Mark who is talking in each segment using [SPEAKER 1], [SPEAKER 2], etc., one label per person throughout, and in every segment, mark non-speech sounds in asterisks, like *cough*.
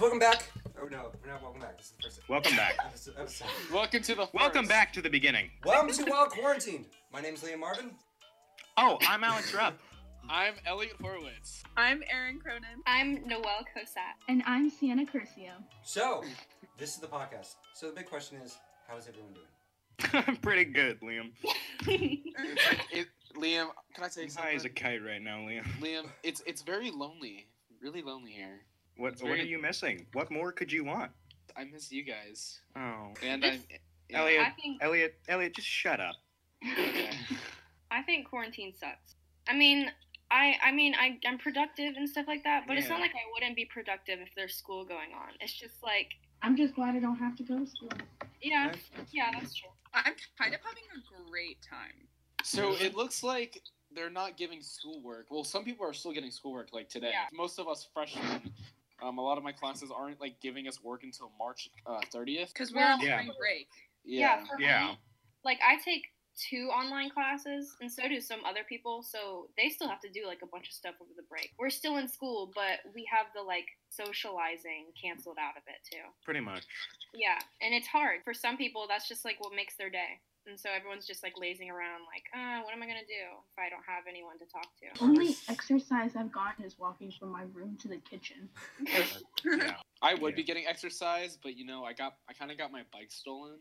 [SPEAKER 1] welcome back. Oh no, we're not welcome back. This is the first
[SPEAKER 2] Welcome back.
[SPEAKER 1] episode. episode.
[SPEAKER 3] Welcome to the.
[SPEAKER 2] Welcome
[SPEAKER 3] forest.
[SPEAKER 2] back to the beginning.
[SPEAKER 1] welcome to Wild Quarantined. My name's Liam Marvin.
[SPEAKER 2] Oh, I'm Alex Rupp. *laughs*
[SPEAKER 3] I'm Elliot Horowitz.
[SPEAKER 4] I'm Erin Cronin.
[SPEAKER 5] I'm Noelle Cosat.
[SPEAKER 6] And I'm Sienna Curcio.
[SPEAKER 1] So, this is the podcast. So the big question is, how is everyone doing?
[SPEAKER 2] I'm pretty good, Liam.
[SPEAKER 3] It- Liam, can I say
[SPEAKER 2] I'm high
[SPEAKER 3] something?
[SPEAKER 2] as a kite right now, Liam.
[SPEAKER 3] Liam, it's it's very lonely, really lonely here.
[SPEAKER 2] What
[SPEAKER 3] It's
[SPEAKER 2] What are
[SPEAKER 3] very-
[SPEAKER 2] you missing? What more could you want?
[SPEAKER 3] I miss you guys,
[SPEAKER 2] Oh,
[SPEAKER 3] and
[SPEAKER 5] This-
[SPEAKER 3] I'm yeah,
[SPEAKER 2] Elliot.
[SPEAKER 5] I think
[SPEAKER 2] Elliot, Elliot, just shut up.
[SPEAKER 3] okay.
[SPEAKER 5] I think quarantine sucks. I mean, I I mean I I'm productive and stuff like that, but it's not
[SPEAKER 2] Yeah.
[SPEAKER 5] like I wouldn't be productive if there's school going on. It's just like
[SPEAKER 6] I'm just glad I don't have to go to school.
[SPEAKER 5] yeah, yeah, that's true.
[SPEAKER 4] I'm kind of having a great time.
[SPEAKER 3] So it looks like they're not giving schoolwork. Well, some people are still getting schoolwork, like today.
[SPEAKER 5] Yeah.
[SPEAKER 3] Most of us freshmen. Um, a lot of my classes aren't like giving us work until March uh, thirtieth.
[SPEAKER 4] Because we're on
[SPEAKER 2] Yeah.
[SPEAKER 4] spring break. *laughs*
[SPEAKER 3] yeah.
[SPEAKER 5] for
[SPEAKER 2] Yeah.
[SPEAKER 5] me, like I take two online classes, and so do some other people. So they still have to do like a bunch of stuff over the break. We're still in school, but we have the like socializing canceled out of it too.
[SPEAKER 2] Pretty much.
[SPEAKER 5] Yeah, and it's hard for some people. That's just like what makes their day, and so everyone's just like lazing around, like, uh, what am I gonna do if I don't have anyone to talk to?
[SPEAKER 6] Only exercise I've gotten is walking from my room to the kitchen.
[SPEAKER 3] *laughs*
[SPEAKER 2] Yeah.
[SPEAKER 3] I would be
[SPEAKER 2] Yeah.
[SPEAKER 3] getting exercise, but you know, I got I kind of got my bike stolen.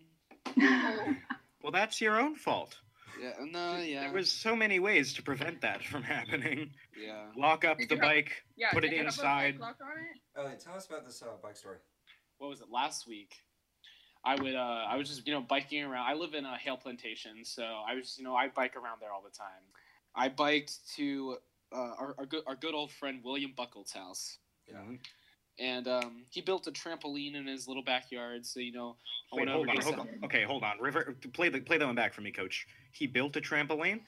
[SPEAKER 2] Well, that's your own fault.
[SPEAKER 3] Yeah, no, Uh, yeah,
[SPEAKER 2] There was so many ways to prevent that *laughs* from happening.
[SPEAKER 3] yeah.
[SPEAKER 2] Lock up
[SPEAKER 4] Did
[SPEAKER 2] the
[SPEAKER 4] you have-
[SPEAKER 2] bike.
[SPEAKER 4] Yeah.
[SPEAKER 2] Put
[SPEAKER 4] did
[SPEAKER 2] it
[SPEAKER 4] you have a
[SPEAKER 2] inside.
[SPEAKER 4] bike lock on it?
[SPEAKER 1] Elliot, tell us about this uh, bike story.
[SPEAKER 3] what was it last week? I would uh, I was just you know biking around. I live in a Hale Plantation, so I was you know I bike around there all the time. I biked to uh, our, our good our good old friend William Buckle's house,
[SPEAKER 1] Yeah.
[SPEAKER 3] and um, he built a trampoline in his little backyard. So you know I
[SPEAKER 2] Wait,
[SPEAKER 3] went
[SPEAKER 2] hold
[SPEAKER 3] over
[SPEAKER 2] on,
[SPEAKER 3] to
[SPEAKER 2] hold
[SPEAKER 3] some-
[SPEAKER 2] on. Okay, hold on. River, play the play that one back for me, Coach. He built a trampoline,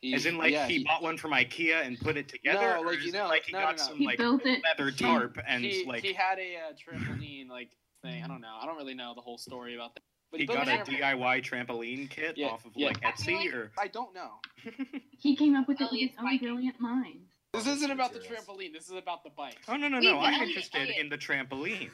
[SPEAKER 3] he-
[SPEAKER 2] as in like
[SPEAKER 3] yeah,
[SPEAKER 2] he, bought one from IKEA and put it together.
[SPEAKER 3] No,
[SPEAKER 2] or
[SPEAKER 3] like,
[SPEAKER 2] is
[SPEAKER 3] you
[SPEAKER 2] it
[SPEAKER 3] know,
[SPEAKER 2] like he
[SPEAKER 3] no,
[SPEAKER 2] got
[SPEAKER 3] no, no.
[SPEAKER 2] some
[SPEAKER 6] *laughs* He
[SPEAKER 2] like
[SPEAKER 6] built it.
[SPEAKER 2] leather tarp and
[SPEAKER 3] he,
[SPEAKER 2] like
[SPEAKER 3] he had a uh, trampoline like thing. I don't know. I don't really know the whole story about that. But
[SPEAKER 2] he
[SPEAKER 3] built
[SPEAKER 2] got
[SPEAKER 3] a
[SPEAKER 2] a
[SPEAKER 5] it.
[SPEAKER 3] trampoline.
[SPEAKER 2] DIY trampoline kit
[SPEAKER 3] Yeah,
[SPEAKER 2] off of
[SPEAKER 3] yeah.
[SPEAKER 2] like
[SPEAKER 5] I feel
[SPEAKER 2] Etsy
[SPEAKER 5] like-
[SPEAKER 2] or
[SPEAKER 3] I don't know.
[SPEAKER 6] He came up with it with
[SPEAKER 5] Elliot's
[SPEAKER 6] his own
[SPEAKER 5] biking.
[SPEAKER 6] brilliant mind.
[SPEAKER 3] This isn't about the
[SPEAKER 1] Materials.
[SPEAKER 3] trampoline. This is about the bike.
[SPEAKER 2] Oh no no
[SPEAKER 5] Wait,
[SPEAKER 2] no!
[SPEAKER 5] but
[SPEAKER 2] I'm
[SPEAKER 5] Elliot,
[SPEAKER 2] interested
[SPEAKER 5] Elliot.
[SPEAKER 2] in the trampoline.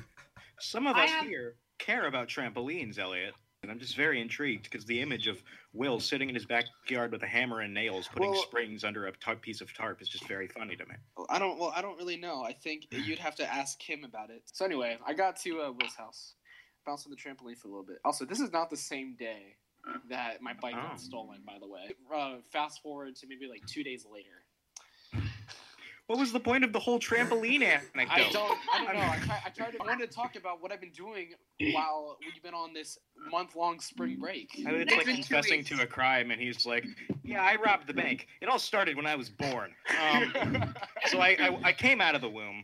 [SPEAKER 2] Some of
[SPEAKER 5] I
[SPEAKER 2] us
[SPEAKER 5] have-
[SPEAKER 2] here care about trampolines, Elliot, and I'm just very intrigued because the image of Will sitting in his backyard with a hammer and nails, putting
[SPEAKER 3] Well-
[SPEAKER 2] springs under a tar- piece of tarp, is just very funny to me.
[SPEAKER 3] Well, I don't. Well, I don't really know. I think you'd have to ask him about it. So anyway, I got to uh, Will's house, bounced on the trampoline for a little bit. Also, this is not the same day that my bike
[SPEAKER 2] Oh.
[SPEAKER 3] got stolen. By the way, uh, fast forward to maybe like two days later.
[SPEAKER 2] What was the point of the whole trampoline anecdote?
[SPEAKER 3] *laughs* I don't. I don't know. I, try, I tried. To, I wanted to talk about what I've been doing while we've been on this month-long spring break.
[SPEAKER 2] I mean, it's
[SPEAKER 4] That's
[SPEAKER 2] like
[SPEAKER 4] been two
[SPEAKER 2] confessing
[SPEAKER 4] weeks.
[SPEAKER 2] to a crime, and he's like, "Yeah, I robbed the bank. It all started when I was born. Um, so I, I, I came out of the womb."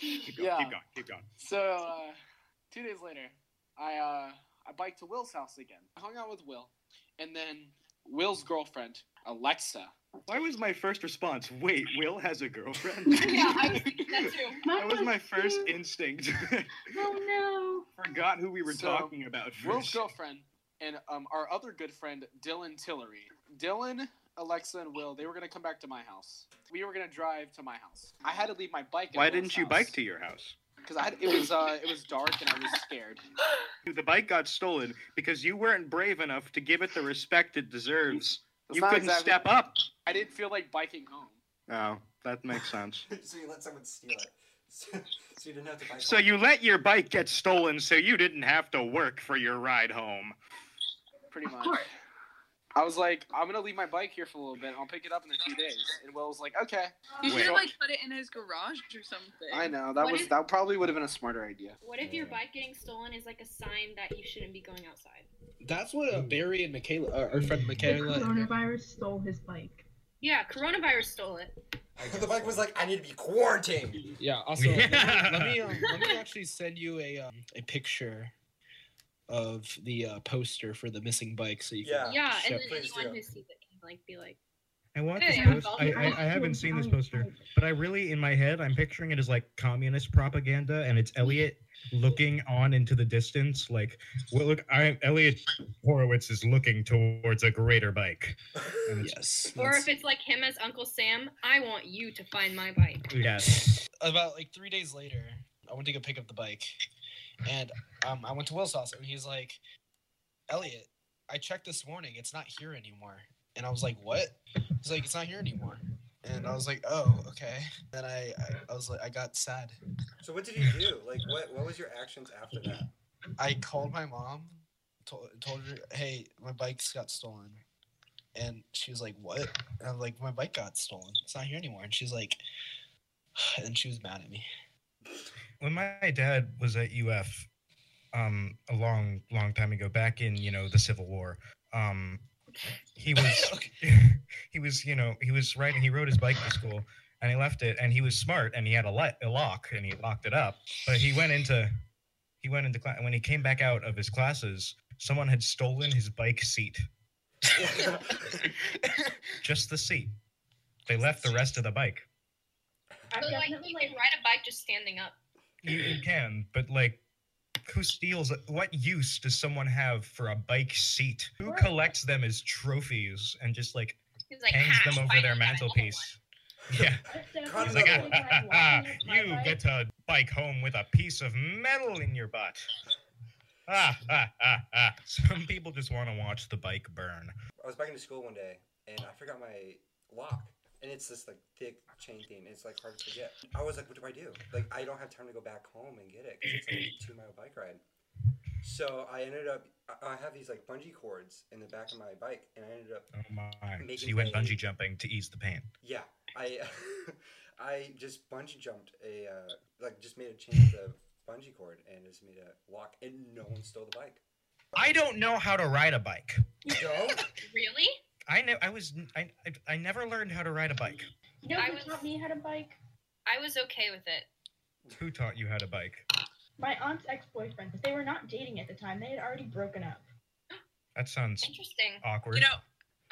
[SPEAKER 2] Keep going,
[SPEAKER 3] *laughs* yeah.
[SPEAKER 2] keep going, keep going.
[SPEAKER 3] So uh, two days later, I uh, I biked to Will's house again. I hung out with Will, and then Will's girlfriend Alexa.
[SPEAKER 2] Why was my first response, wait, Will has a girlfriend?
[SPEAKER 3] *laughs*
[SPEAKER 6] Yeah,
[SPEAKER 5] I
[SPEAKER 4] *laughs*
[SPEAKER 5] was thinking that too.
[SPEAKER 6] Mine
[SPEAKER 2] that was my first
[SPEAKER 6] cute.
[SPEAKER 2] instinct. *laughs*
[SPEAKER 6] Oh
[SPEAKER 2] Forgot who we were
[SPEAKER 3] So,
[SPEAKER 2] talking about
[SPEAKER 3] Will's
[SPEAKER 2] first.
[SPEAKER 3] girlfriend and um, our other good friend Dylan Tillery. Dylan, Alexa, and Will. They were gonna come back to my house. We were gonna drive to my house. I had to leave my bike.
[SPEAKER 2] Why didn't you bike to your house?
[SPEAKER 3] Because I had, it was uh, it was dark and I was scared.
[SPEAKER 2] The bike got stolen because you weren't brave enough to give it the respect it deserves.
[SPEAKER 3] That's
[SPEAKER 2] you
[SPEAKER 3] not
[SPEAKER 2] couldn't
[SPEAKER 3] exactly-
[SPEAKER 2] step up.
[SPEAKER 3] I didn't feel like biking home.
[SPEAKER 2] Oh, that makes sense.
[SPEAKER 1] *laughs* so you let someone steal it. *laughs* So, so you didn't have to buy.
[SPEAKER 2] So you let your bike get stolen so you didn't have to work for your ride home.
[SPEAKER 3] Pretty
[SPEAKER 6] Of
[SPEAKER 3] much.
[SPEAKER 6] course.
[SPEAKER 3] I was like, I'm gonna leave my bike here for a little bit. I'll pick it up in a few days. And Will was like, okay.
[SPEAKER 4] You should
[SPEAKER 2] Wait.
[SPEAKER 4] have like put it in his garage or something.
[SPEAKER 3] I know that
[SPEAKER 5] What
[SPEAKER 3] was
[SPEAKER 5] if-
[SPEAKER 3] that probably would have been a smarter idea.
[SPEAKER 5] What if your bike getting stolen is like a sign that you shouldn't be going outside?
[SPEAKER 3] That's what
[SPEAKER 5] Hmm.
[SPEAKER 3] uh, Barry and Michaela, uh, our friend
[SPEAKER 6] no. The coronavirus stole his bike.
[SPEAKER 5] Yeah, coronavirus stole it.
[SPEAKER 1] *laughs* the bike was like, I need to be quarantined. *laughs*
[SPEAKER 7] Yeah. Also,
[SPEAKER 2] Yeah.
[SPEAKER 7] let
[SPEAKER 5] *laughs*
[SPEAKER 7] me let me, um, let me actually send you a um, a picture of the uh, poster for the missing bike, so you
[SPEAKER 1] Yeah.
[SPEAKER 7] can
[SPEAKER 5] Yeah, and
[SPEAKER 7] Shit.
[SPEAKER 5] then
[SPEAKER 1] Please
[SPEAKER 5] anyone
[SPEAKER 1] do.
[SPEAKER 5] who sees it can like be like,
[SPEAKER 2] I want
[SPEAKER 5] Hey,
[SPEAKER 2] this
[SPEAKER 5] I'm
[SPEAKER 2] post. I,
[SPEAKER 5] following
[SPEAKER 2] I, I haven't seen this poster, but I really, in my head, I'm picturing it as like communist propaganda, and it's Elliot looking on into the distance, like, well, look, I, Elliot Horowitz is looking towards a greater bike. And it's,
[SPEAKER 3] Yes.
[SPEAKER 5] Or
[SPEAKER 3] that's-
[SPEAKER 5] if it's like him as Uncle Sam, I want you to find my bike.
[SPEAKER 2] yes.
[SPEAKER 3] about like three days later, I went to go pick up the bike, and um, I went to Will's house, and he's like, "Elliot, I checked this morning; it's not here anymore." And I was like, "What?" He's like, "It's not here anymore." And I was like, "Oh, okay." Then I, I, I was like, I got sad.
[SPEAKER 1] So what did you do? Like what what was your actions after that?
[SPEAKER 3] I called my mom, told, told her, "Hey, my bike's got stolen," and she was like, "What?" And I'm like, "My bike got stolen. It's not here anymore." And she's like, *sighs* and she was mad at me.
[SPEAKER 2] when my dad was at UF um a long long time ago back in you know the civil war um he was *laughs* he was you know he was riding he rode his bike to school and he left it and he was smart and he had a, li- a lock and he locked it up but he went into he went into class when he came back out of his classes someone had stolen his bike seat
[SPEAKER 3] *laughs*
[SPEAKER 1] *laughs*
[SPEAKER 2] just the seat they left the rest of the bike
[SPEAKER 6] I
[SPEAKER 5] So like
[SPEAKER 6] definitely
[SPEAKER 5] you
[SPEAKER 6] like
[SPEAKER 5] can ride a bike just standing up.
[SPEAKER 2] You, you can, but like, who steals? What use does someone have for a bike seat? Who
[SPEAKER 5] Right.
[SPEAKER 2] collects them as trophies and just like
[SPEAKER 5] He's like
[SPEAKER 2] hangs
[SPEAKER 5] "Ah,
[SPEAKER 2] them over
[SPEAKER 5] finally
[SPEAKER 2] their
[SPEAKER 5] got another
[SPEAKER 2] mantelpiece? Yeah,
[SPEAKER 6] that's definitely
[SPEAKER 1] Cut
[SPEAKER 2] he's like,
[SPEAKER 1] another
[SPEAKER 2] *laughs* ah,
[SPEAKER 1] one.
[SPEAKER 2] ha, ha, ha,
[SPEAKER 6] walking with my
[SPEAKER 2] you
[SPEAKER 6] bike.
[SPEAKER 2] get to bike home with a piece of metal in your butt. Ah, ah, ah, ah. Some people just want to watch the bike burn.
[SPEAKER 1] I was back into school one day and I forgot my lock. And it's this like thick chain thing. It's like hard to get. I was like, what do I do? Like I don't have time to go back home and get it because it's like a two mile bike ride. So I ended up. I- I have these like bungee cords in the back of my bike, and I ended up
[SPEAKER 2] Oh my! So
[SPEAKER 1] Making
[SPEAKER 2] you went
[SPEAKER 1] a-
[SPEAKER 2] bungee jumping to ease the pain.
[SPEAKER 1] Yeah, I *laughs* I just bungee jumped a uh, like just made a chain with a bungee cord and just made a lock, and no one stole the bike.
[SPEAKER 2] I don't know how to ride a bike.
[SPEAKER 1] No,
[SPEAKER 5] one." Really?
[SPEAKER 2] I ne- I was I, I I never learned how to ride a bike.
[SPEAKER 6] No,
[SPEAKER 5] I
[SPEAKER 6] who
[SPEAKER 5] was-
[SPEAKER 6] taught me how to bike?
[SPEAKER 5] I was okay with it.
[SPEAKER 2] Who taught you how to bike?
[SPEAKER 6] My aunt's ex-boyfriend. They were not dating at the time. They had already broken up.
[SPEAKER 2] That sounds
[SPEAKER 5] Interesting.
[SPEAKER 2] awkward.
[SPEAKER 4] You know,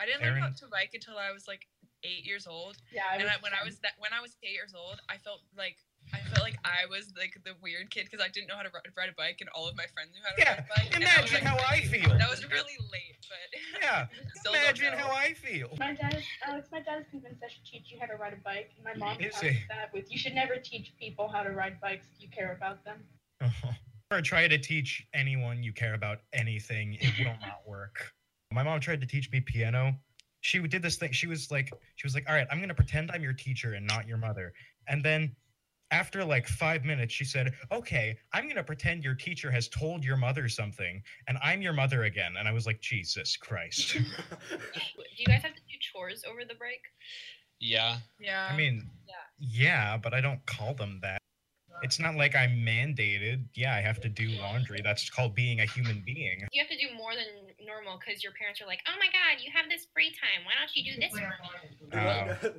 [SPEAKER 4] I didn't learn how
[SPEAKER 2] Aaron?
[SPEAKER 4] to bike until I was like eight years old.
[SPEAKER 6] Yeah,
[SPEAKER 4] and I, when I was that, when I was eight years old, I felt like I felt like I was like the weird kid because I didn't know how to ri- ride a bike, and all of my friends knew how to
[SPEAKER 2] Yeah,
[SPEAKER 4] ride a bike. and I was,
[SPEAKER 2] imagine
[SPEAKER 4] like, *laughs*
[SPEAKER 2] how I
[SPEAKER 4] really-
[SPEAKER 2] feel.
[SPEAKER 4] That was really late, but *laughs*
[SPEAKER 2] yeah,
[SPEAKER 4] still don't
[SPEAKER 2] imagine
[SPEAKER 4] know.
[SPEAKER 2] how I
[SPEAKER 4] *laughs*
[SPEAKER 2] *laughs* feel.
[SPEAKER 6] My dad, is, Alex, my dad is convinced I should teach you how to ride a bike. And my mom
[SPEAKER 2] Is he?
[SPEAKER 6] is that with you should never teach people how to ride bikes if you care about them.
[SPEAKER 2] Or try to teach anyone you care about anything. It will
[SPEAKER 4] *laughs*
[SPEAKER 2] not work. My mom tried to teach me piano. She did this thing. She was like, she was like, all right, I'm gonna pretend I'm your teacher and not your mother. And then after like five minutes, she said, okay, I'm gonna pretend your teacher has told your mother something, and I'm your mother again. And I was like, Jesus
[SPEAKER 4] *laughs*
[SPEAKER 2] Christ.
[SPEAKER 5] Do you guys have to do chores over the break?
[SPEAKER 3] Yeah.
[SPEAKER 4] Um, yeah.
[SPEAKER 2] I mean,
[SPEAKER 5] Yeah.
[SPEAKER 2] yeah, but I don't call them that. It's not like I'm mandated. Yeah, I have to do laundry. That's called being a human being.
[SPEAKER 5] You have to do more than normal because your parents are like, "Oh my God, you have this free time. Why don't you do this?" For me?
[SPEAKER 2] Uh,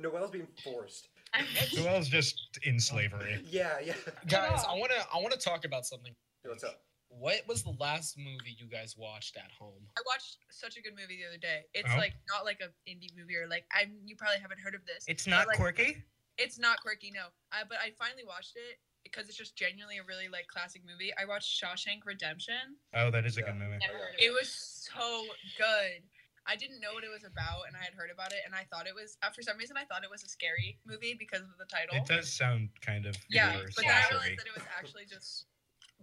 [SPEAKER 1] *laughs* Noel- *laughs* Noel's being forced.
[SPEAKER 2] *laughs*
[SPEAKER 5] I'm-
[SPEAKER 2] Noel's just in slavery.
[SPEAKER 1] Yeah, yeah.
[SPEAKER 3] Guys, I wanna I wanna talk about something.
[SPEAKER 1] Yo, What's up?
[SPEAKER 3] What was the last movie you guys watched at home?
[SPEAKER 4] I watched such a good movie the other day. It's
[SPEAKER 2] Oh?
[SPEAKER 4] like not like a indie movie or like I'm. You probably haven't heard of this.
[SPEAKER 2] It's
[SPEAKER 4] not like-
[SPEAKER 2] quirky.
[SPEAKER 4] It's not quirky, no. Uh, but I finally watched it because it's just genuinely a really like classic movie. I watched Shawshank Redemption.
[SPEAKER 2] Oh, that is a
[SPEAKER 1] Yeah.
[SPEAKER 2] good movie.
[SPEAKER 5] Never heard of
[SPEAKER 4] It was so good. I didn't know what it was about, and I had heard about it, and I thought it was uh, for some reason I thought it was a scary movie because of the title.
[SPEAKER 2] It does sound kind of
[SPEAKER 4] yeah,
[SPEAKER 2] horror
[SPEAKER 4] but then I
[SPEAKER 2] slasher-y.
[SPEAKER 4] realized that it was actually just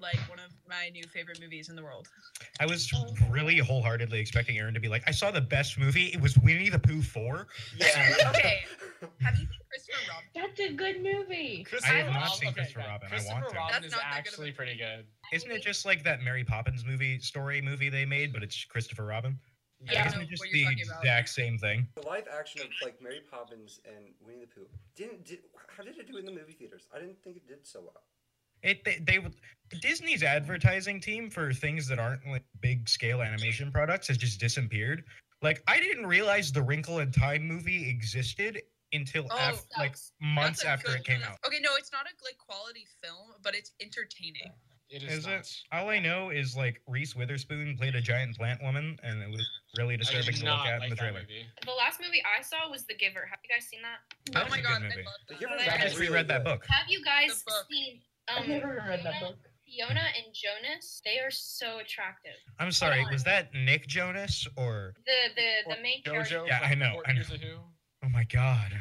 [SPEAKER 4] like one of my new favorite movies in
[SPEAKER 2] *laughs*
[SPEAKER 4] the world.
[SPEAKER 2] I was
[SPEAKER 4] Oh.
[SPEAKER 2] really wholeheartedly expecting Aaron to be like, "I saw the best movie. It was Winnie the Pooh 4.
[SPEAKER 1] Yeah. *laughs*
[SPEAKER 4] Okay. Have you seen Christopher Robin?
[SPEAKER 6] That's a good movie.
[SPEAKER 3] Christopher
[SPEAKER 2] have not
[SPEAKER 3] Robin-
[SPEAKER 2] seen Christopher
[SPEAKER 3] guys,
[SPEAKER 2] Robin. I
[SPEAKER 3] Christopher
[SPEAKER 2] want to.
[SPEAKER 3] Robin
[SPEAKER 4] That's
[SPEAKER 3] is
[SPEAKER 4] not that good of
[SPEAKER 3] actually
[SPEAKER 4] a-
[SPEAKER 3] pretty good.
[SPEAKER 2] Isn't it just like that Mary Poppins movie story movie they made, but it's Christopher Robin?
[SPEAKER 4] I don't
[SPEAKER 2] Isn't
[SPEAKER 4] know
[SPEAKER 2] it just
[SPEAKER 4] what
[SPEAKER 2] the
[SPEAKER 4] you're talking about.
[SPEAKER 2] exact same thing?
[SPEAKER 1] The live action of like Mary Poppins and Winnie the Pooh didn't. Did, how did it do in the movie theaters? I didn't think it did so well.
[SPEAKER 2] It they, they would Disney's advertising team for things that aren't like big scale animation products has just disappeared. Like I didn't realize the Wrinkle in Time movie existed until
[SPEAKER 4] Oh,
[SPEAKER 2] af-
[SPEAKER 5] that
[SPEAKER 2] like
[SPEAKER 5] sucks.
[SPEAKER 2] months
[SPEAKER 4] That's a
[SPEAKER 2] after
[SPEAKER 4] good-
[SPEAKER 2] it came out.
[SPEAKER 4] Okay, no, it's not a like quality film, but it's entertaining.
[SPEAKER 3] It is,
[SPEAKER 2] Is it?
[SPEAKER 3] not.
[SPEAKER 2] All I know is like Reese Witherspoon played a giant plant woman, and it was really
[SPEAKER 3] I
[SPEAKER 2] disturbing
[SPEAKER 3] did
[SPEAKER 2] to look
[SPEAKER 3] not
[SPEAKER 2] at in
[SPEAKER 3] like
[SPEAKER 2] the
[SPEAKER 3] that
[SPEAKER 2] trailer.
[SPEAKER 3] movie.
[SPEAKER 5] The last movie I saw was The Giver. Have you guys seen that?
[SPEAKER 2] That
[SPEAKER 4] oh
[SPEAKER 2] was
[SPEAKER 4] my
[SPEAKER 2] a
[SPEAKER 4] god,
[SPEAKER 2] good
[SPEAKER 4] I
[SPEAKER 2] movie.
[SPEAKER 4] love
[SPEAKER 1] The
[SPEAKER 4] that.
[SPEAKER 1] Giver was
[SPEAKER 2] I
[SPEAKER 4] That
[SPEAKER 2] just
[SPEAKER 4] is-
[SPEAKER 1] really
[SPEAKER 2] reread that
[SPEAKER 1] good.
[SPEAKER 2] book.
[SPEAKER 5] Have you guys
[SPEAKER 4] The book.
[SPEAKER 5] seen
[SPEAKER 2] *laughs*
[SPEAKER 6] I've
[SPEAKER 5] um,
[SPEAKER 6] never read that
[SPEAKER 5] Fiona?
[SPEAKER 6] book.
[SPEAKER 5] Fiona and Jonas? They are so attractive.
[SPEAKER 2] I'm sorry,
[SPEAKER 5] on.
[SPEAKER 2] was that Nick Jonas or?
[SPEAKER 5] The the the
[SPEAKER 3] Or
[SPEAKER 5] main character.
[SPEAKER 3] JoJo
[SPEAKER 2] Yeah,
[SPEAKER 3] from
[SPEAKER 2] I know,
[SPEAKER 3] Fort
[SPEAKER 2] I know.
[SPEAKER 3] Hears a Who.
[SPEAKER 2] Oh my god.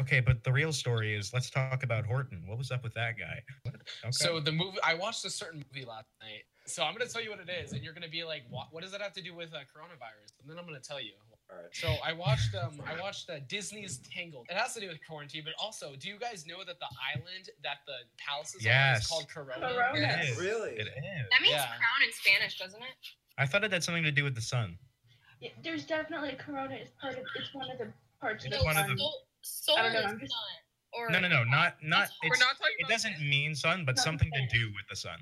[SPEAKER 2] Okay, but the real story is let's talk about Horton. What was up with that guy? What? Okay.
[SPEAKER 3] So the movie I watched a certain movie last night. So I'm gonna tell you what it is, and you're gonna be like, "What, what does that have to do with uh, coronavirus?" And then I'm gonna tell you.
[SPEAKER 1] All right.
[SPEAKER 3] So I watched um I watched uh, Disney's Tangled. It has to do with quarantine, but also, do you guys know that the island that the palace is on
[SPEAKER 2] Yes.
[SPEAKER 3] is called Corona?
[SPEAKER 6] Corona.
[SPEAKER 2] It
[SPEAKER 6] Yes.
[SPEAKER 2] is.
[SPEAKER 1] Really?
[SPEAKER 2] It is.
[SPEAKER 5] That means
[SPEAKER 3] Yeah.
[SPEAKER 5] crown in Spanish, doesn't it?
[SPEAKER 2] I thought it had something to do with the sun.
[SPEAKER 6] Yeah, there's definitely Corona is part of. It's one of the parts of
[SPEAKER 2] It's
[SPEAKER 6] the
[SPEAKER 5] No,
[SPEAKER 2] one of
[SPEAKER 6] sun.
[SPEAKER 2] the-
[SPEAKER 5] soul, soul
[SPEAKER 6] I don't know,
[SPEAKER 5] is
[SPEAKER 6] I'm just-
[SPEAKER 5] sun, Or
[SPEAKER 2] No, no, no, not not.
[SPEAKER 5] We're
[SPEAKER 2] It's,
[SPEAKER 4] We're not talking
[SPEAKER 2] it
[SPEAKER 4] about
[SPEAKER 2] doesn't
[SPEAKER 4] this.
[SPEAKER 2] mean sun, but something to do with the sun.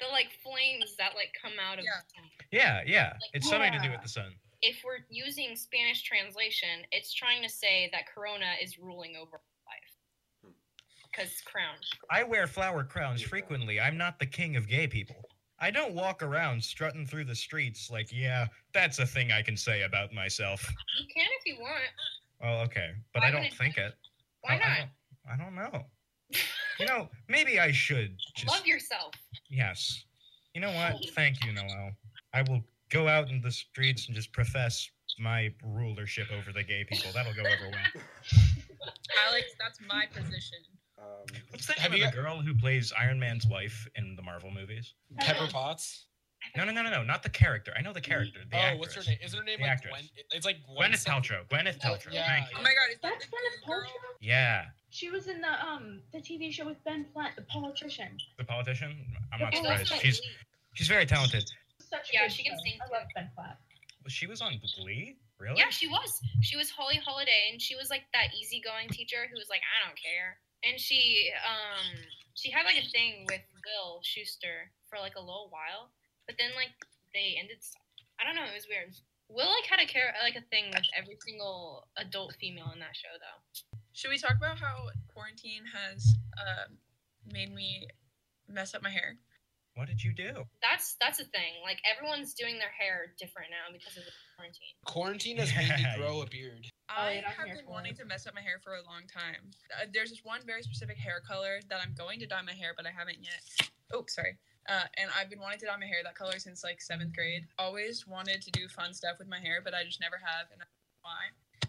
[SPEAKER 5] the like flames that like come out of.
[SPEAKER 4] Yeah.
[SPEAKER 5] the sun.
[SPEAKER 2] Yeah, yeah. It's something to do
[SPEAKER 6] Yeah.
[SPEAKER 2] with the sun.
[SPEAKER 5] If we're using Spanish translation, it's trying to say that Corona is ruling over life, because crown.
[SPEAKER 2] I wear flower crowns frequently. I'm not the king of gay people. I don't walk around strutting through the streets like, yeah, that's a thing I can say about myself.
[SPEAKER 5] You can if you want.
[SPEAKER 2] Well, okay, but
[SPEAKER 5] Why
[SPEAKER 2] I don't
[SPEAKER 5] wouldn't
[SPEAKER 2] think it.
[SPEAKER 5] Why
[SPEAKER 2] I-
[SPEAKER 5] not?
[SPEAKER 2] I don't, I don't know.
[SPEAKER 5] *laughs*
[SPEAKER 2] you know, maybe I should just
[SPEAKER 5] Love yourself.
[SPEAKER 2] yes. You know what? Thank you, Noel. I will go out in the streets and just profess my rulership over the gay people. That'll go over well.
[SPEAKER 4] Alex, that's my position.
[SPEAKER 1] Um,
[SPEAKER 2] *laughs* What's that?
[SPEAKER 3] Have
[SPEAKER 2] about
[SPEAKER 3] you
[SPEAKER 2] the girl who plays Iron Man's wife in the Marvel movies?
[SPEAKER 3] Pepper Potts.
[SPEAKER 2] No, no, no, no, no, not the character. I know the character. The
[SPEAKER 3] oh,
[SPEAKER 2] actress.
[SPEAKER 3] what's her name? Is her name
[SPEAKER 2] The
[SPEAKER 3] like
[SPEAKER 2] actress.
[SPEAKER 3] Gwen? It's like Gwen.
[SPEAKER 2] Gwyneth
[SPEAKER 3] something.
[SPEAKER 2] Paltrow. Gwyneth Paltrow.
[SPEAKER 3] yeah,
[SPEAKER 2] Thank
[SPEAKER 3] yeah.
[SPEAKER 4] Oh my god, is that
[SPEAKER 6] That's
[SPEAKER 4] the
[SPEAKER 6] Gwyneth
[SPEAKER 4] girl?
[SPEAKER 6] Paltrow.
[SPEAKER 2] you. Yeah,
[SPEAKER 6] She was in the um the TV show with Ben Platt, the politician.
[SPEAKER 2] the politician. I'm not
[SPEAKER 6] Okay,
[SPEAKER 5] And that's
[SPEAKER 2] surprised.
[SPEAKER 5] not
[SPEAKER 2] She's
[SPEAKER 5] elite.
[SPEAKER 2] she's very talented.
[SPEAKER 6] Such a
[SPEAKER 5] Yeah,
[SPEAKER 6] good
[SPEAKER 5] she can
[SPEAKER 6] show.
[SPEAKER 5] sing
[SPEAKER 6] I
[SPEAKER 5] too.
[SPEAKER 6] love Ben Platt.
[SPEAKER 2] She was on Glee. Really?
[SPEAKER 5] Yeah, she was. She was Holly Holiday, and she was like that easygoing teacher who was like, I don't care. And she, um, she had like a thing with Will Schuster for like a little while, but then like they ended. s- I don't know. It was weird. Will like had a care like a thing with every single adult female in that show though.
[SPEAKER 4] Should we talk about how quarantine has uh, made me mess up my hair?
[SPEAKER 2] What did you do?
[SPEAKER 5] That's that's a thing. Like everyone's doing their hair different now because of the quarantine.
[SPEAKER 3] Quarantine has made me
[SPEAKER 2] Yeah.
[SPEAKER 3] grow a beard.
[SPEAKER 6] Oh,
[SPEAKER 4] I
[SPEAKER 6] yeah, I'm
[SPEAKER 4] have
[SPEAKER 6] here
[SPEAKER 4] been
[SPEAKER 6] for
[SPEAKER 4] wanting
[SPEAKER 6] it.
[SPEAKER 4] to mess up my hair for a long time. Uh, there's this one very specific hair color that I'm going to dye my hair, but I haven't yet. Oh, sorry. Uh, and I've been wanting to dye my hair that color since like seventh grade. Always wanted to do fun stuff with my hair, but I just never have, and I don't know why.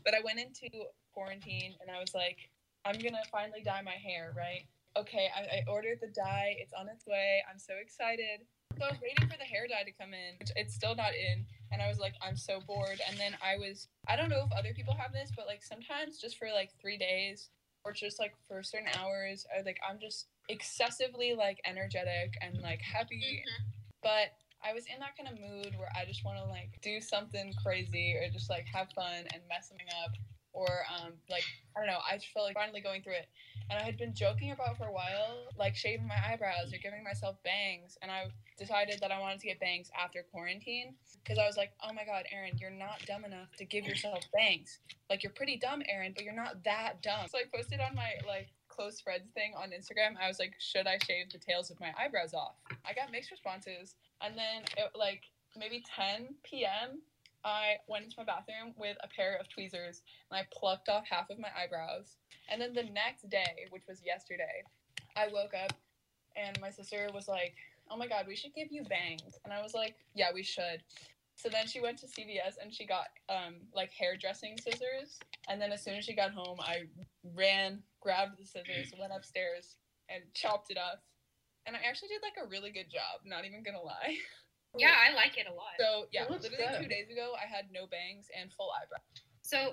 [SPEAKER 4] But I went into quarantine and I was like, I'm gonna finally dye my hair, right? Okay, I, I ordered the dye. It's on its way. I'm so excited. So I was waiting for the hair dye to come in, which it's still not in and I was like, I'm so bored. And then I was, I don't know if other people have this, but like sometimes just for like three days or just like for certain hours, I like I'm just excessively like energetic and like happy.
[SPEAKER 2] Mm-hmm.
[SPEAKER 4] But I was in that kind of mood where I just want to like do something crazy or just like have fun and mess something up. Or um, like I don't know, I just felt like finally going through it, and I had been joking about for a while, like shaving my eyebrows or giving myself bangs, and I decided that I wanted to get bangs after quarantine because I was like, oh my God, Aaron, you're not dumb enough to give yourself bangs. Like, you're pretty dumb, Aaron, but you're not that dumb. So I posted on my like close friends thing on Instagram. I was like, should I shave the tails of my eyebrows off? I got mixed responses. And then it, like maybe 10 p.m., I went into my bathroom with a pair of tweezers and I plucked off half of my eyebrows. And then the next day, which was yesterday, I woke up and my sister was like, oh my God, we should give you bangs. And I was like, yeah, we should. So then she went to CVS and she got um, like hair dressing scissors. And then as soon as she got home, I ran, grabbed the scissors, went upstairs, and chopped it up. And I actually did like a really good job. Not even gonna lie.
[SPEAKER 5] Yeah, I like it a lot.
[SPEAKER 4] So yeah,
[SPEAKER 6] It looks
[SPEAKER 4] literally
[SPEAKER 6] good.
[SPEAKER 4] two days ago, I had no bangs and full eyebrows.
[SPEAKER 5] So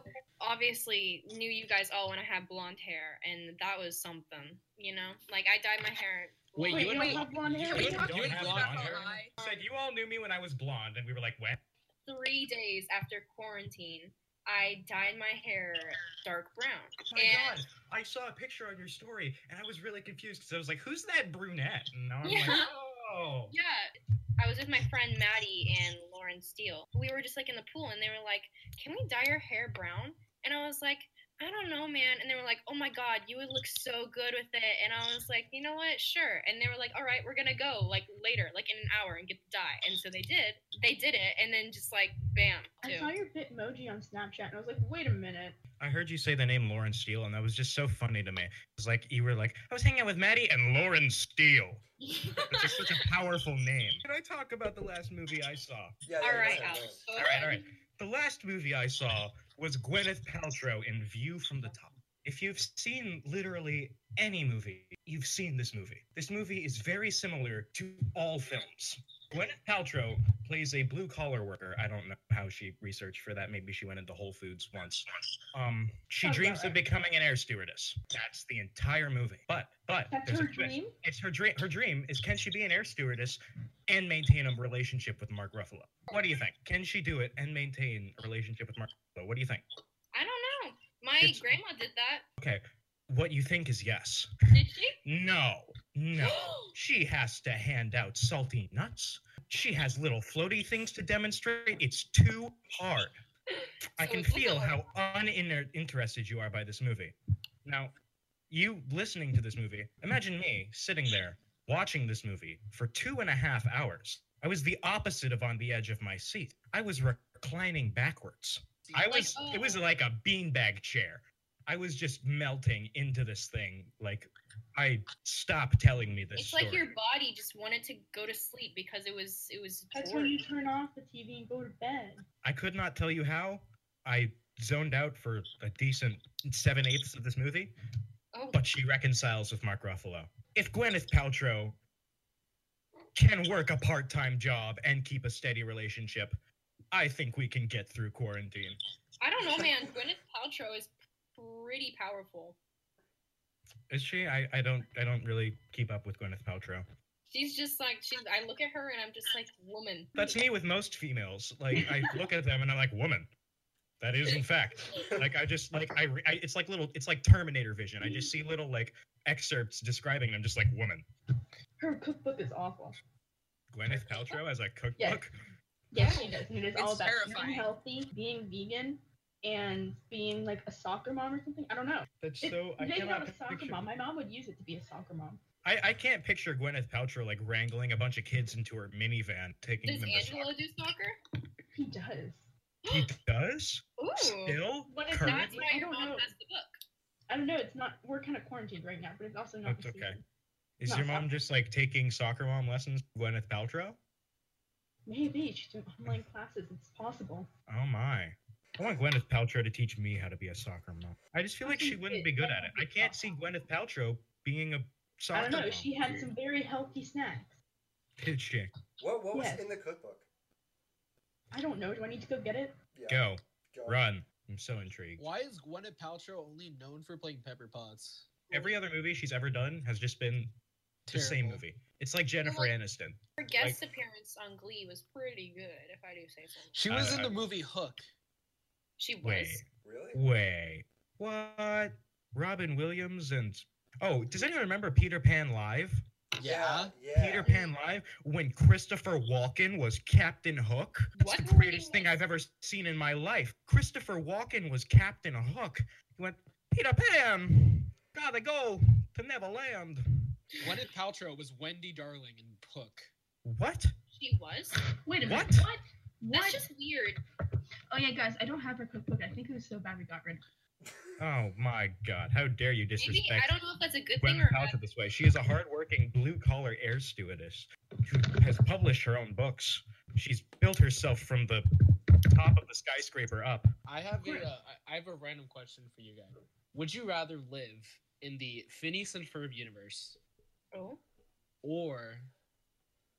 [SPEAKER 5] obviously knew you guys all want to have blonde hair, and that was something, you know. Like I dyed my hair.
[SPEAKER 3] Wait,
[SPEAKER 6] Wait,
[SPEAKER 3] you
[SPEAKER 6] you
[SPEAKER 3] and
[SPEAKER 6] don't
[SPEAKER 3] me-
[SPEAKER 6] have blonde hair.
[SPEAKER 3] you
[SPEAKER 6] We
[SPEAKER 3] and-
[SPEAKER 6] talked
[SPEAKER 3] you and
[SPEAKER 6] about
[SPEAKER 3] blonde
[SPEAKER 6] that.
[SPEAKER 3] hair?
[SPEAKER 2] Said you all knew me when I was blonde, and we were like, "What?"
[SPEAKER 5] three days after quarantine, I dyed my hair dark brown.
[SPEAKER 2] Oh My
[SPEAKER 5] and
[SPEAKER 2] God, I saw a picture on your story, and I was really confused because I was like, "Who's that brunette?" And now I'm
[SPEAKER 5] Yeah.
[SPEAKER 2] like, "Oh."
[SPEAKER 5] yeah, I was with my friend Maddie and Lauren Steele. We were just like in the pool, and they were like, "Can we dye your hair brown?" And I was like, I don't know, man. And they were like, oh my God, you would look so good with it. And I was like, you know what? Sure. And they were like, all right, we're going to go like later, like in an hour and get the dye. And so they did. They did it. And then just like, bam.
[SPEAKER 6] I
[SPEAKER 5] too.
[SPEAKER 6] saw your Bitmoji on Snapchat and I was like, wait a minute.
[SPEAKER 2] I heard you say the name Lauren Steele, and that was just so funny to me. It was like you were like, I was hanging out with Maddie and Lauren Steele.
[SPEAKER 5] *laughs*
[SPEAKER 6] *laughs*
[SPEAKER 2] It's just such a powerful name. Can I talk about the last movie I saw?
[SPEAKER 1] Yeah,
[SPEAKER 5] All
[SPEAKER 1] yeah,
[SPEAKER 5] right,
[SPEAKER 1] yeah,
[SPEAKER 5] Alex.
[SPEAKER 1] yeah.
[SPEAKER 5] Go
[SPEAKER 2] All right, all right. The last movie I saw was Gwyneth Paltrow in View from the Top. If you've seen literally any movie, you've seen this movie. This movie is very similar to all films. Gwyneth Paltrow plays a blue collar worker. I don't know how she researched for that. Maybe she went into Whole Foods once. Um, she dreams of becoming an air stewardess. That's the entire movie. But but
[SPEAKER 6] That's
[SPEAKER 2] there's
[SPEAKER 6] her
[SPEAKER 2] a twist
[SPEAKER 6] dream.
[SPEAKER 2] it's her dream. Her dream is can she be an air stewardess and maintain a relationship with Mark Ruffalo? What do you think? Can she do it and maintain a relationship with Mark Ruffalo? What do you think?
[SPEAKER 5] I don't know. My
[SPEAKER 2] It's-
[SPEAKER 5] grandma did that.
[SPEAKER 2] What you think is yes.
[SPEAKER 5] Did she?
[SPEAKER 2] No, no. She has to hand out salty nuts. She has little floaty things to demonstrate. It's too hard. I
[SPEAKER 5] So
[SPEAKER 2] can
[SPEAKER 5] it's
[SPEAKER 2] feel
[SPEAKER 5] also-
[SPEAKER 2] how uninterested you are by this movie. Now, you listening to this movie, imagine me sitting there watching this movie for two and a half hours. I was the opposite of on the edge of my seat. I was reclining backwards. I
[SPEAKER 5] Like,
[SPEAKER 2] was, it was like a beanbag chair. I was just melting into this thing. Like, I stop telling me this
[SPEAKER 5] It's
[SPEAKER 2] story.
[SPEAKER 5] like your body just wanted to go to sleep because it was it was
[SPEAKER 6] That's
[SPEAKER 5] bored.
[SPEAKER 6] when you turn off the TV and go to bed.
[SPEAKER 2] I could not tell you how. I zoned out for a decent seven eighths of this movie,
[SPEAKER 5] Oh,
[SPEAKER 2] but she reconciles with Mark Ruffalo. If Gwyneth Paltrow can work a part time job and keep a steady relationship, I think we can get through quarantine.
[SPEAKER 5] I
[SPEAKER 2] *laughs*
[SPEAKER 5] don't know, man. Gwyneth Paltrow is pretty powerful.
[SPEAKER 2] Is she? I, I don't I don't really keep up with Gwyneth Paltrow.
[SPEAKER 5] She's just like she's. I look at her and I'm just like, woman.
[SPEAKER 2] That's me with most females. Like
[SPEAKER 5] *laughs*
[SPEAKER 2] I look at them and I'm like, woman. That is in fact. Like I just like I, re- I it's like little it's like Terminator vision. I just see little like excerpts describing them just like woman.
[SPEAKER 6] Her cookbook is awful.
[SPEAKER 2] Gwyneth Paltrow as a cookbook.
[SPEAKER 6] Yes, she does. And it is
[SPEAKER 4] It's
[SPEAKER 6] all about
[SPEAKER 4] terrifying.
[SPEAKER 6] being healthy, being vegan, and being like a soccer mom or something. I don't know.
[SPEAKER 2] That's
[SPEAKER 6] It-
[SPEAKER 2] so I
[SPEAKER 6] they have
[SPEAKER 2] cannot
[SPEAKER 6] a soccer
[SPEAKER 2] picture.
[SPEAKER 6] mom. My mom would use it to be a soccer mom.
[SPEAKER 2] I, I can't picture Gwyneth Paltrow like wrangling a bunch of kids into her minivan, taking
[SPEAKER 5] Does
[SPEAKER 2] them to soccer.
[SPEAKER 5] Angela do soccer?
[SPEAKER 6] He does.
[SPEAKER 2] He does
[SPEAKER 5] Ooh.
[SPEAKER 2] still.
[SPEAKER 6] When it's
[SPEAKER 2] Currently?
[SPEAKER 6] not,
[SPEAKER 5] That's why
[SPEAKER 6] I
[SPEAKER 5] your
[SPEAKER 6] don't
[SPEAKER 5] mom
[SPEAKER 6] know.
[SPEAKER 5] has the book.
[SPEAKER 6] I don't know. It's not. We're kind of quarantined right now, but it's also not.
[SPEAKER 2] That's
[SPEAKER 6] the
[SPEAKER 2] okay.
[SPEAKER 6] season.
[SPEAKER 2] Is
[SPEAKER 6] No,
[SPEAKER 2] your mom
[SPEAKER 6] soccer.
[SPEAKER 2] just like taking soccer mom lessons, with Gwyneth Paltrow?
[SPEAKER 6] Maybe she's doing online classes. It's possible.
[SPEAKER 2] Oh my. I want Gwyneth Paltrow to teach me how to be a soccer mom. I just feel like she wouldn't be good at it. I can't see Gwyneth Paltrow being a soccer
[SPEAKER 6] I don't know.
[SPEAKER 2] mom.
[SPEAKER 6] She had some very healthy snacks.
[SPEAKER 2] Did she?
[SPEAKER 1] What what was
[SPEAKER 6] Yes.
[SPEAKER 1] in the cookbook?
[SPEAKER 6] I don't know. Do I need to go get it?
[SPEAKER 1] Yeah,
[SPEAKER 2] Go.
[SPEAKER 1] go.
[SPEAKER 2] Run. I'm so intrigued.
[SPEAKER 3] Why is Gwyneth Paltrow only known for playing Pepper Potts?
[SPEAKER 2] Every other movie she's ever done has just been the same
[SPEAKER 3] Terrible.
[SPEAKER 2] movie. It's like Jennifer
[SPEAKER 5] like-
[SPEAKER 2] Aniston.
[SPEAKER 5] Her guest appearance on Glee was pretty good, if I do say so. myself.
[SPEAKER 3] She was
[SPEAKER 2] Uh,
[SPEAKER 3] in the movie Hook.
[SPEAKER 5] She was.
[SPEAKER 2] Wait.
[SPEAKER 1] Really?
[SPEAKER 2] Wait. What? Robin Williams and Oh, does anyone remember Peter Pan Live?
[SPEAKER 3] Yeah.
[SPEAKER 1] Yeah.
[SPEAKER 2] Peter Pan Live when Christopher Walken was Captain Hook. That's
[SPEAKER 5] What?
[SPEAKER 2] the greatest thing I've ever seen in my life. Christopher Walken was Captain Hook. He went, Peter Pan, gotta go to Neverland.
[SPEAKER 3] Gwyneth Paltrow was Wendy Darling in Hook.
[SPEAKER 2] What?
[SPEAKER 5] She was.
[SPEAKER 6] Wait a
[SPEAKER 2] What?
[SPEAKER 6] minute. What?
[SPEAKER 5] That's just weird.
[SPEAKER 6] Oh yeah, guys. I don't have her cookbook. I think it was so bad we got rid of. it.
[SPEAKER 2] Oh my God! How dare you
[SPEAKER 5] Maybe
[SPEAKER 2] disrespect?
[SPEAKER 5] I don't know if that's a good thing
[SPEAKER 2] Gwen
[SPEAKER 5] or a bad
[SPEAKER 2] Paltrow this way. She is a hardworking blue collar air stewardess who has published her own books. She's built herself from the top of the skyscraper up.
[SPEAKER 3] I have a, uh, I- I have a random question for you guys. Would you rather live in the Phineas and Ferb universe
[SPEAKER 5] Oh.
[SPEAKER 3] or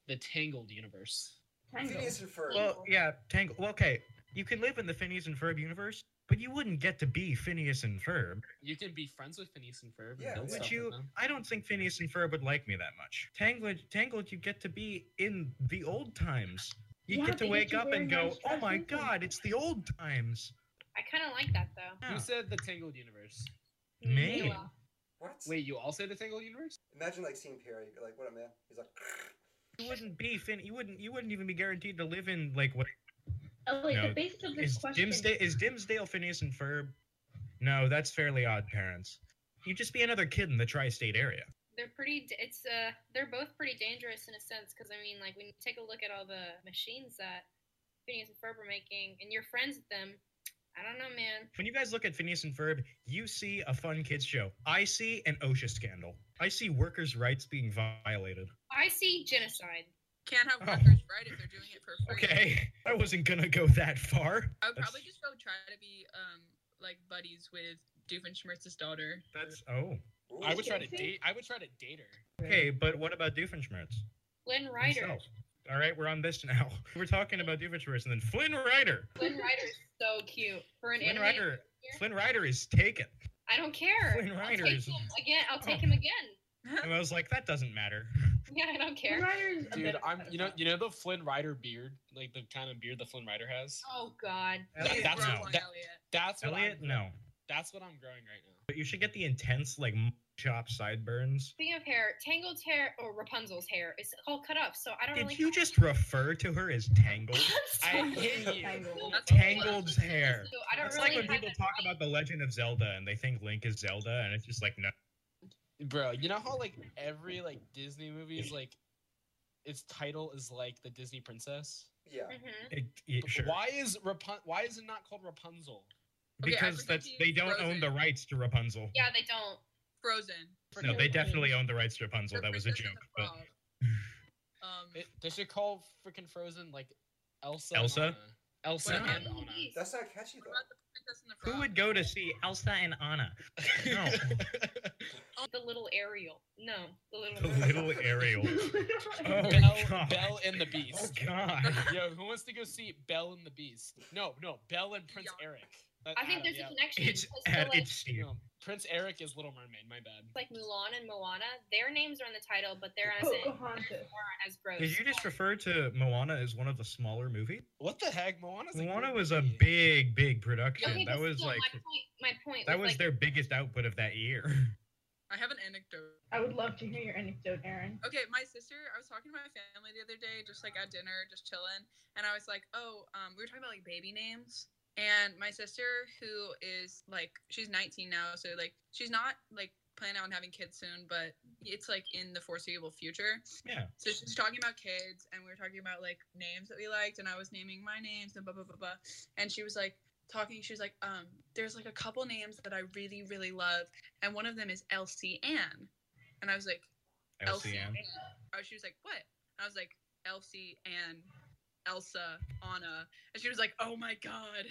[SPEAKER 3] the Tangled universe?
[SPEAKER 6] Tango.
[SPEAKER 1] Phineas and Ferb.
[SPEAKER 2] Well, yeah, Tangle. Well, okay, you can live in the Phineas and Ferb universe, but you wouldn't get to be Phineas and Ferb.
[SPEAKER 3] You can be friends with Phineas and Ferb.
[SPEAKER 1] Yeah,
[SPEAKER 3] and build
[SPEAKER 1] would
[SPEAKER 3] stuff with
[SPEAKER 2] you-
[SPEAKER 3] them.
[SPEAKER 2] I don't think Phineas and Ferb would like me that much. Tangled, Tangled, you get to be in the old times. You
[SPEAKER 6] Yeah,
[SPEAKER 2] get to
[SPEAKER 6] they get
[SPEAKER 2] wake
[SPEAKER 6] to
[SPEAKER 2] up
[SPEAKER 6] wear
[SPEAKER 2] and go,
[SPEAKER 6] nice
[SPEAKER 2] "Oh my
[SPEAKER 6] dresses and-
[SPEAKER 2] God, it's the old times."
[SPEAKER 5] I kind of like that though. Oh,
[SPEAKER 2] Yeah.
[SPEAKER 3] Who said the Tangled universe?
[SPEAKER 2] Me.
[SPEAKER 5] Noah.
[SPEAKER 1] What?
[SPEAKER 3] Wait, you all said the Tangled universe?
[SPEAKER 1] Imagine like seeing Perry. you're Like, what up, man? He's like,
[SPEAKER 2] You wouldn't be Fin. You wouldn't. You wouldn't even be guaranteed to live in like what
[SPEAKER 6] Ellie,
[SPEAKER 2] No,
[SPEAKER 6] Oh, the basis of this
[SPEAKER 2] is
[SPEAKER 6] question.
[SPEAKER 2] Dimsdale? Is Dimsdale Phineas and Ferb? No, that's fairly odd, parents. You'd just be another kid in the tri-state area.
[SPEAKER 5] They're pretty. d- It's uh, they're both pretty dangerous in a sense because I mean, like when you take a look at all the machines that Phineas and Ferb are making, and you're friends with them. I don't know, man.
[SPEAKER 2] When you guys look at Phineas and Ferb, you see a fun kids show. I see an OSHA scandal. I see workers' rights being violated.
[SPEAKER 5] I see genocide.
[SPEAKER 4] Can't have
[SPEAKER 2] Oh.
[SPEAKER 4] workers right if they're doing it for free.
[SPEAKER 2] Okay, *laughs* I wasn't gonna go that far.
[SPEAKER 4] I would
[SPEAKER 2] That's-
[SPEAKER 4] probably just go try to be um like buddies with Doofenshmirtz's daughter.
[SPEAKER 2] That's oh.
[SPEAKER 1] Ooh.
[SPEAKER 3] I would try to date. I would try to date her.
[SPEAKER 2] Okay, but what about Doofenshmirtz?
[SPEAKER 5] Flynn Rider.
[SPEAKER 2] himself? All right, we're on this *laughs* now. We're talking about Doofenshmirtz and then Flynn Rider.
[SPEAKER 5] Flynn Rider is so cute for an
[SPEAKER 2] Flynn
[SPEAKER 5] anime.
[SPEAKER 2] Rider. Flynn Rider is taken.
[SPEAKER 5] I don't care.
[SPEAKER 2] Flynn Rider
[SPEAKER 5] I'll take
[SPEAKER 2] is-
[SPEAKER 5] him again. I'll take
[SPEAKER 2] Oh.
[SPEAKER 5] him again. *laughs*
[SPEAKER 2] And I was like, that doesn't matter.
[SPEAKER 5] Yeah, I don't care.
[SPEAKER 6] Ryder's a
[SPEAKER 3] Dude,
[SPEAKER 6] bit
[SPEAKER 3] I'm.
[SPEAKER 6] of a
[SPEAKER 3] You know.
[SPEAKER 6] pedophile.
[SPEAKER 3] You know the Flynn Rider beard, like the kind of beard the Flynn Rider has.
[SPEAKER 5] Oh God.
[SPEAKER 2] Elliot,
[SPEAKER 3] that's
[SPEAKER 4] Grow
[SPEAKER 2] no.
[SPEAKER 3] how-
[SPEAKER 4] one,
[SPEAKER 3] that-
[SPEAKER 4] Elliot.
[SPEAKER 3] That's what
[SPEAKER 2] Elliot,
[SPEAKER 3] I'm,
[SPEAKER 2] no.
[SPEAKER 3] That's what I'm growing right
[SPEAKER 1] *laughs*
[SPEAKER 3] now.
[SPEAKER 2] But you should get the intense, like, chop sideburns.
[SPEAKER 5] Speaking of hair, Tangled's hair or Rapunzel's hair is all cut up, so I don't really.
[SPEAKER 2] Did you just refer to her as
[SPEAKER 4] *laughs*
[SPEAKER 2] Tangled?
[SPEAKER 3] I hate you.
[SPEAKER 6] Tangled.
[SPEAKER 4] That's all
[SPEAKER 2] Tangled's hair.
[SPEAKER 5] So I don't
[SPEAKER 2] It's
[SPEAKER 5] really
[SPEAKER 2] like when
[SPEAKER 5] have
[SPEAKER 2] people
[SPEAKER 5] it
[SPEAKER 2] talk
[SPEAKER 5] right.
[SPEAKER 2] about the Legend of Zelda and they think Link is Zelda, and it's just like, no.
[SPEAKER 3] bro you know how like every like disney movie is like its title is like the disney princess
[SPEAKER 1] Yeah.
[SPEAKER 5] Mhm.
[SPEAKER 2] It, it,
[SPEAKER 3] But
[SPEAKER 2] sure.
[SPEAKER 3] why is Rapun- why is it not called rapunzel
[SPEAKER 4] Okay, I
[SPEAKER 2] Because
[SPEAKER 4] forget
[SPEAKER 2] that's
[SPEAKER 4] to
[SPEAKER 2] they
[SPEAKER 4] use
[SPEAKER 2] don't
[SPEAKER 4] Frozen.
[SPEAKER 2] own the rights to Rapunzel.
[SPEAKER 5] Yeah, they don't.
[SPEAKER 4] Frozen.
[SPEAKER 2] No, they
[SPEAKER 6] Freaking-
[SPEAKER 2] definitely own the rights to Rapunzel.
[SPEAKER 4] Her
[SPEAKER 2] That was a
[SPEAKER 4] princess
[SPEAKER 2] joke.
[SPEAKER 4] and the
[SPEAKER 2] But *sighs*
[SPEAKER 4] frog. Um,
[SPEAKER 3] It- they should call freaking frozen like elsa
[SPEAKER 2] Elsa?
[SPEAKER 3] and Anna. elsa
[SPEAKER 4] What about
[SPEAKER 3] and Anna.
[SPEAKER 1] That's not catchy
[SPEAKER 4] what
[SPEAKER 1] though.
[SPEAKER 4] about the princess and the frog?
[SPEAKER 2] who would go to see Elsa and Anna? *laughs* No.
[SPEAKER 3] *laughs*
[SPEAKER 5] Oh, The little Ariel. No, the
[SPEAKER 2] *laughs*
[SPEAKER 5] little.
[SPEAKER 2] The little Ariel.
[SPEAKER 6] *laughs*
[SPEAKER 2] Oh,
[SPEAKER 3] Belle,
[SPEAKER 2] God.
[SPEAKER 3] Belle and the
[SPEAKER 2] Oh
[SPEAKER 3] Beast.
[SPEAKER 2] God.
[SPEAKER 3] Yo, who wants to go see Belle and the Beast? No, no, Belle and Prince
[SPEAKER 4] Yeah.
[SPEAKER 3] Eric.
[SPEAKER 5] I think there's a connection.
[SPEAKER 2] It's
[SPEAKER 5] because they're
[SPEAKER 2] at
[SPEAKER 5] like,
[SPEAKER 2] it's Steve.
[SPEAKER 3] no, Prince Eric is Little Mermaid. My bad.
[SPEAKER 5] like Mulan and Moana. Their names are in the title, but they're
[SPEAKER 1] *laughs*
[SPEAKER 5] as in,
[SPEAKER 6] Pocahontas.
[SPEAKER 5] as gross.
[SPEAKER 2] Did you just refer to Moana as one of the smaller movies?
[SPEAKER 3] What the heck? Moana's a
[SPEAKER 2] Moana
[SPEAKER 3] great
[SPEAKER 2] was a
[SPEAKER 3] movie.
[SPEAKER 2] big, big
[SPEAKER 5] Okay,
[SPEAKER 2] production.
[SPEAKER 5] but
[SPEAKER 2] That was
[SPEAKER 5] still,
[SPEAKER 2] like
[SPEAKER 5] my point. My point
[SPEAKER 2] that
[SPEAKER 5] was,
[SPEAKER 2] was
[SPEAKER 5] like,
[SPEAKER 2] their biggest output of that year. *laughs*
[SPEAKER 4] I have an anecdote.
[SPEAKER 6] I would love to hear your anecdote, Aaron.
[SPEAKER 4] Okay, my sister, I was talking to my family the other day, just like at dinner, just chilling, and I was like, oh, um, we were talking about like baby names. And my sister, who is like, she's 19 now, so like, she's not like planning on having kids soon, but it's like in the foreseeable future.
[SPEAKER 2] Yeah.
[SPEAKER 4] So she's talking about kids, and we were talking about like names that we liked, and I was naming my names and blah blah blah blah. And she was like talking. She was like, um, there's like a couple names that I really really love, and one of them is Elsie Ann. And I was like, Elsie Ann.
[SPEAKER 2] LCM.
[SPEAKER 4] Oh, she was like, what? And I was like, Elsie Ann, Elsa, Anna, and she was like, oh my god.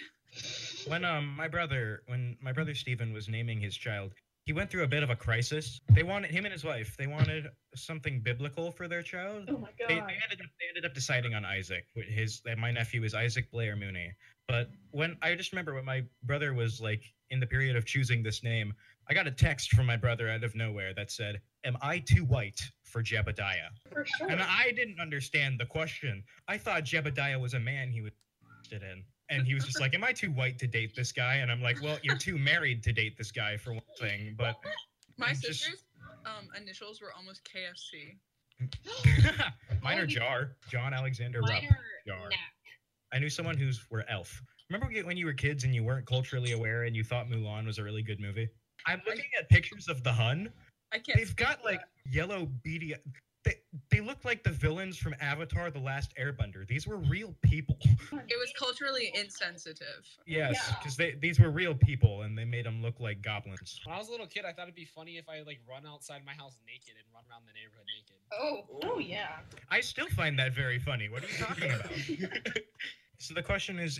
[SPEAKER 2] When um my brother when my brother Stephen was naming his child, he went through a bit of a crisis. They wanted him and his wife. They wanted something biblical for their child.
[SPEAKER 6] Oh my god.
[SPEAKER 2] they, they ended up they ended up deciding on Isaac. wh- His that my nephew is Isaac Blair Mooney. But when I just remember when my brother was like in the period of choosing this name, I got a text from my brother out of nowhere that said, "Am I too white for Jebediah?"
[SPEAKER 6] For sure.
[SPEAKER 2] And I didn't understand the question. I thought Jebediah was a man he was interested in, and he was just like, "Am I too white to date this guy?" And I'm like, "Well, you're too married to date this guy for one thing." But *laughs*
[SPEAKER 4] My
[SPEAKER 2] I'm just-
[SPEAKER 4] sister's um, initials were almost KFC.
[SPEAKER 2] mine are Jar, John Alexander Rupp.
[SPEAKER 5] minor
[SPEAKER 2] Jar.
[SPEAKER 5] nap.
[SPEAKER 2] I knew someone who's were elf. Remember when you were kids and you weren't culturally aware and you thought Mulan was a really good movie? I'm looking at pictures of the Hun.
[SPEAKER 4] I can't.
[SPEAKER 2] They've got like yellow beady. They, they look like the villains from Avatar: The Last Airbender. These were real people.
[SPEAKER 4] It was culturally insensitive.
[SPEAKER 2] Yes,
[SPEAKER 6] Yeah.
[SPEAKER 2] because they these were real people and they made them look like goblins.
[SPEAKER 3] When I was a little kid, I thought it'd be funny if I like run outside my house naked and run around the neighborhood naked.
[SPEAKER 5] Oh,
[SPEAKER 1] Ooh.
[SPEAKER 6] Oh yeah.
[SPEAKER 2] I still find that very funny. What are you talking about?
[SPEAKER 4] *laughs*
[SPEAKER 2] so the question is,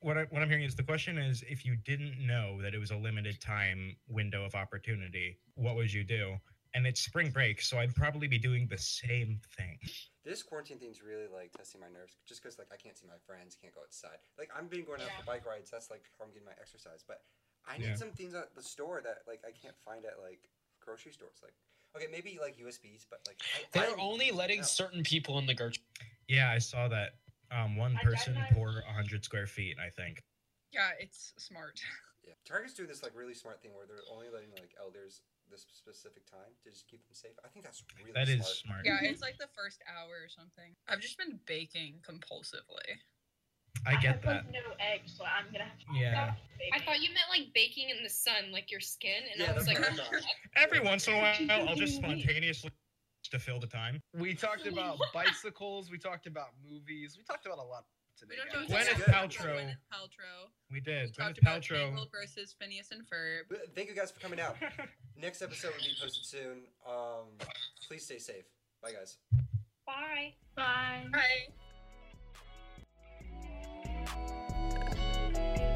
[SPEAKER 2] what I, what I'm hearing is the question is, if you didn't know that it was a limited time window of opportunity, what would you do? And it's spring break, so I'd probably be doing the same thing.
[SPEAKER 1] This quarantine thing's really like testing my nerves, just because like I can't see my friends, can't go outside. Like I've been going out for bike rides. That's like how I'm getting my exercise. But I need
[SPEAKER 2] Yeah.
[SPEAKER 1] some things at the store that like I can't find at like grocery stores. Like okay, maybe like USBs, but like I,
[SPEAKER 3] They're
[SPEAKER 1] I-
[SPEAKER 3] only letting
[SPEAKER 1] no.
[SPEAKER 3] certain people in the Gertrude.
[SPEAKER 2] Yeah, I saw that. Um, one
[SPEAKER 6] I- I-
[SPEAKER 2] person
[SPEAKER 6] I-
[SPEAKER 2] per 100 square feet, I think.
[SPEAKER 4] Yeah, it's smart.
[SPEAKER 1] Yeah. Target's doing this like really smart thing where they're only letting like elders this specific time to just keep them safe. I think that's really
[SPEAKER 2] That is
[SPEAKER 1] smart.
[SPEAKER 2] *laughs* smart.
[SPEAKER 4] Yeah, it's like the first hour or something. I've just been baking compulsively.
[SPEAKER 2] I get
[SPEAKER 6] have,
[SPEAKER 2] that.
[SPEAKER 6] Like, no eggs, so I'm gonna have to.
[SPEAKER 2] Yeah.
[SPEAKER 5] I thought you meant like baking in the sun, like your skin, and I was like, *laughs*
[SPEAKER 1] that's what I thought.
[SPEAKER 2] Every once in a while, I'll
[SPEAKER 4] *laughs*
[SPEAKER 2] just spontaneously to fill the time.
[SPEAKER 3] We talked about bicycles. We talked about movies. We talked about a lot today.
[SPEAKER 4] We don't
[SPEAKER 3] guys.
[SPEAKER 4] know
[SPEAKER 1] Gwyneth
[SPEAKER 4] exactly about
[SPEAKER 2] Paltrow.
[SPEAKER 4] Gwyneth Paltrow.
[SPEAKER 2] We
[SPEAKER 4] We
[SPEAKER 2] did.
[SPEAKER 4] talked
[SPEAKER 2] Gwyneth
[SPEAKER 4] about
[SPEAKER 2] Paltrow.
[SPEAKER 4] Tangled versus Phineas and Ferb.
[SPEAKER 1] But Thank you guys for
[SPEAKER 2] *laughs*
[SPEAKER 1] coming out. Next episode will be posted soon. Um, please stay safe. Bye, guys.
[SPEAKER 5] bye.
[SPEAKER 6] Bye.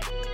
[SPEAKER 4] Right.